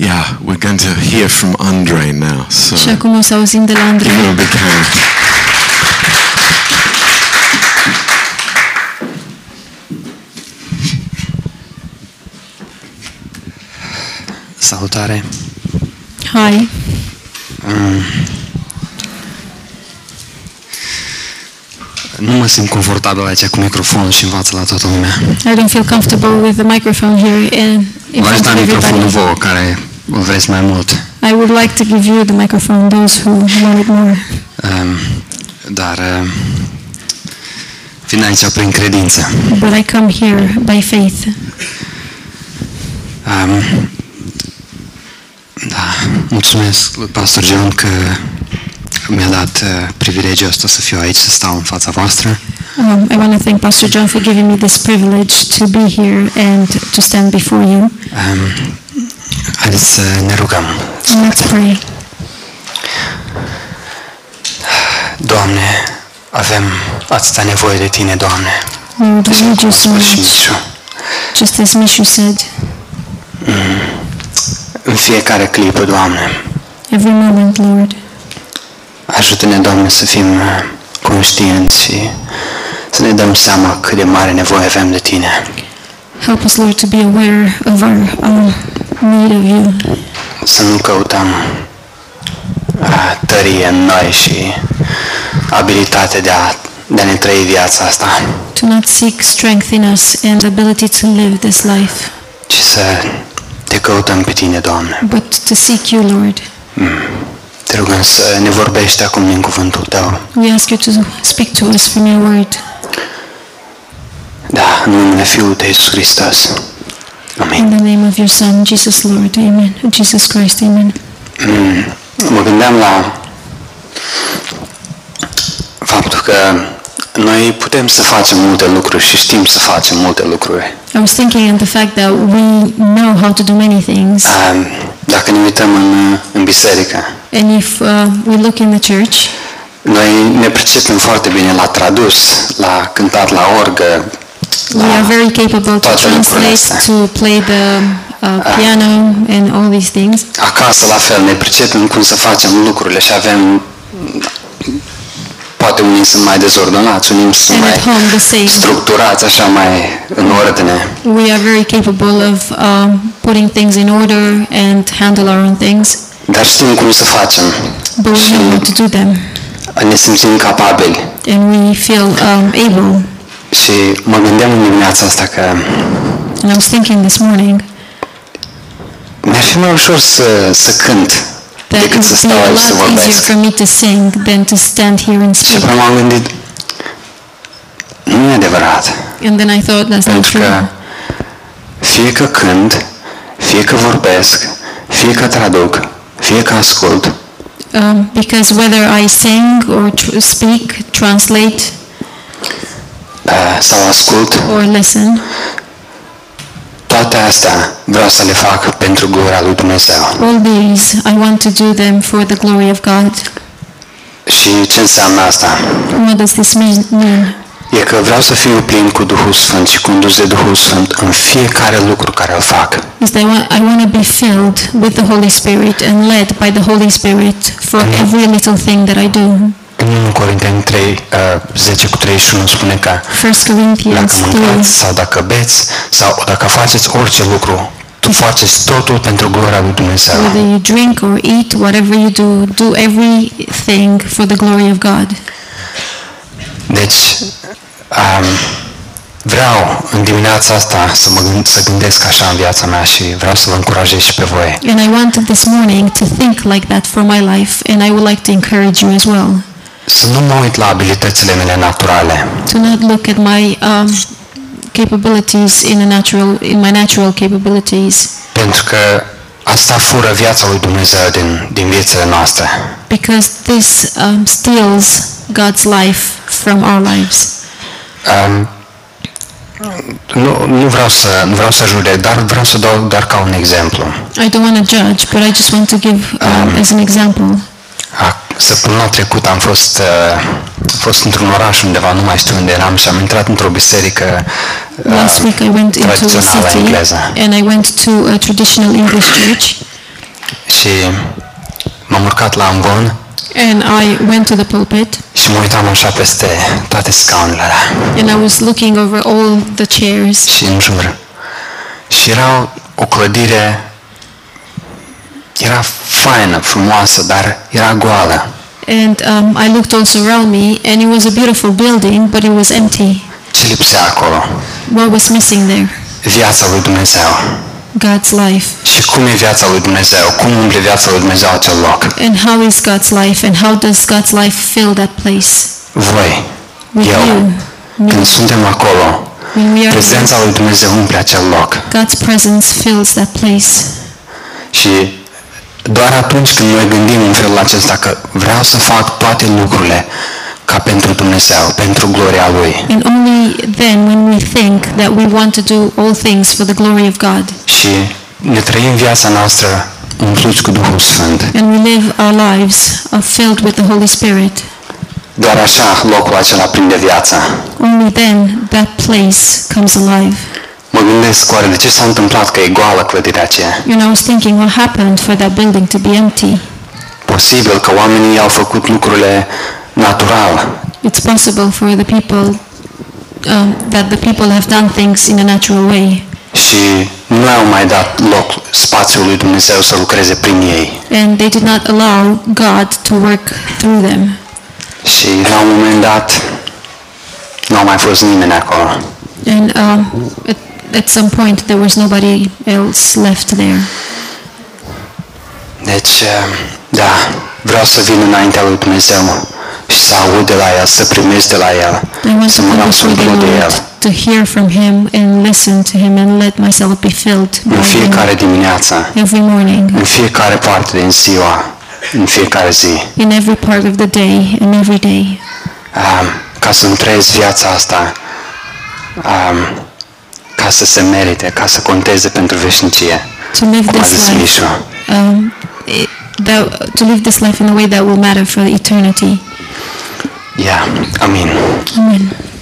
Uh, we're going to hear from Andre now. So Și acum o să auzim de la give him a Andrei. big hand. Salutare! Hai! Nu mă simt confortabil aici cu microfonul și învață la toată lumea. I don't feel comfortable with the microphone here and in V-aș front da of microfonul everybody. vouă, care îl vreți mai mult. I would like to give you the microphone, those who want it more. Um, dar um, vin aici prin credință. But I come here by faith. Um, da, mulțumesc lui Pastor John că mi-a dat uh, privilegiul ăsta să fiu aici, să stau în fața voastră. Um, I want to thank Pastor John for giving me this privilege to be here and to stand before you. Um, haideți să ne rugăm. And let's pray. Doamne, avem atâta nevoie de Tine, Doamne. Lord, we need you so Cum a spus și much. Mișu. Just as Mishu said, În fiecare clipă, Doamne, every moment, Lord, ajută-ne, Doamne, să fim uh, conștienți și să ne dăm seama cât de mare nevoie avem de Tine. help us, Lord, to be aware of our, our need of you. Să nu căutăm uh, tărie în noi și abilitatea de a, de a ne trăi viața asta, To not seek strength in us and ability to live this life, ci să Te căutăm pe Tine, Doamne. but to seek you, Lord. Te rugăm să ne vorbești acum din cuvântul Tău. We ask you to speak to us from your word. Da, în numele Fiului Tău, Iisus Hristos. Amin. In the name of your Son, Jesus Lord, amen. Jesus Christ, amen. Mă gândeam la faptul că noi putem să facem multe lucruri și știm să facem multe lucruri. I was thinking of the fact that we know how to do many things, Um, Dacă ne uităm în, în biserică, and if uh, we look in the church, noi ne percepem foarte bine la tradus, la cântat la orgă, we are very capable to Toate lucrurile translate, astea. to play the uh, piano, and all these things. acasă la fel, ne percepem cum să facem lucrurile și avem poate unii sunt mai dezordonați, unii sunt And at mai home, the same. structurați, așa mai în ordine. We are very capable of um, putting things in order and handle our own things, Dar știm cum să facem. but we know how to do them, ne simțim capabili. and we feel um, able. Și mă gândeam în dimineața asta că And I was thinking this morning mi-ar fi mai ușor să, să cânt that it decât să would be stau a aici să lot easier vorbesc. for me to sing than to stand here and Și speak. apoi m-am gândit, nu e adevărat. And then I thought that's not Pentru true. că fie că cânt, fie că vorbesc, fie că traduc, fie că ascult, Um, because whether I sing or tr- speak, translate uh, sau ascult, or listen, toate astea vreau să le fac pentru gura lui Dumnezeu. all these I want to do them for the glory of God. Și ce înseamnă asta? What does this mean? mean? E că vreau să fiu plin cu Duhul Sfânt și condus de Duhul Sfânt în fiecare lucru care îl fac. Is that I want, I want to be filled with the Holy Spirit and led by the Holy Spirit for every little thing that I do. În 1 Corinteni 3, uh, 10 cu 31 spune că First dacă Corinthians 3. mâncați sau dacă beți sau dacă faceți orice lucru, tu faceți totul pentru gloria lui Whether Dumnezeu. you drink or eat, whatever you do, do everything for the glory of God. Deci, um, vreau în dimineața asta să mă gând, să gândesc așa în viața mea și vreau să vă încurajez și pe voi. And I wanted this morning to think like that for my life, and I would like to encourage you as well Să nu mă uit la abilitățile mele naturale, to not look at my um, capabilities in a natural, in my natural capabilities, pentru că asta fură viața lui Dumnezeu din, din viețile noastre. because this um, steals God's life from our lives. Um, nu, nu, vreau să, nu vreau să judec, dar vreau să dau doar ca un exemplu. I don't want to judge, but I just want to give um, as an example. A, săptămâna trecută am fost, uh, am fost într-un oraș undeva, nu mai știu unde eram, și am intrat într-o biserică uh, Last week I went into a tradițională city engleză. and I went to a traditional English church și m-am urcat la amvon And I went to the pulpit și mă uitam așa peste toate scaunele alea and I was looking over all the chairs și în jur. Și era o clădire, era faină, frumoasă, dar era goală. and um, I looked also around me and it was a beautiful building but it was empty. Ce lipsea acolo? What was missing there? Viața lui Dumnezeu. God's life. Și cum e viața lui Dumnezeu? Cum umple viața lui Dumnezeu acel loc? And how is God's life and how does God's life fill that place? Voi, With eu, you. Me. când suntem acolo, When we are there, prezența lui Dumnezeu umple acel loc. God's presence fills that place. Și doar atunci când noi gândim în felul acesta că vreau să fac toate lucrurile ca pentru Dumnezeu, pentru gloria Lui. And only then when we think that we want to do all things for the glory of God Și ne trăim viața noastră umpluți cu Duhul Sfânt. and we live our lives uh, filled with the Holy Spirit, Doar așa locul acela prinde viața. only then that place comes alive. Mă gândesc oare de ce s-a întâmplat că e goală clădirea aceea. And I was thinking what happened for that building to be empty. Posibil că oamenii au făcut lucrurile natural, It's possible for the people um, that the people have done things in a natural way și nu au mai dat loc spațiului lui Dumnezeu să lucreze prin ei. and they did not allow God to work through them. Și la un moment dat nu a mai fost nimeni acolo. And um, at, at some point there was nobody else left there. Deci, da, vreau să vin înaintea lui Dumnezeu și să aud de la El, să primesc de la El, I want să to mă come las before the umplut de El Lord to hear from Him and listen to Him and let myself be filled by în Him fiecare dimineață, every morning, în fiecare parte din ziua, în fiecare zi, in every part of the day and every day, um, ca să-mi trăiesc viața asta, um, ca să se merite, ca să conteze pentru veșnicie, to live cum a this zis life, Mișu. um, it, that, to live this life in a way that will matter for eternity. Yeah, amin. Amen.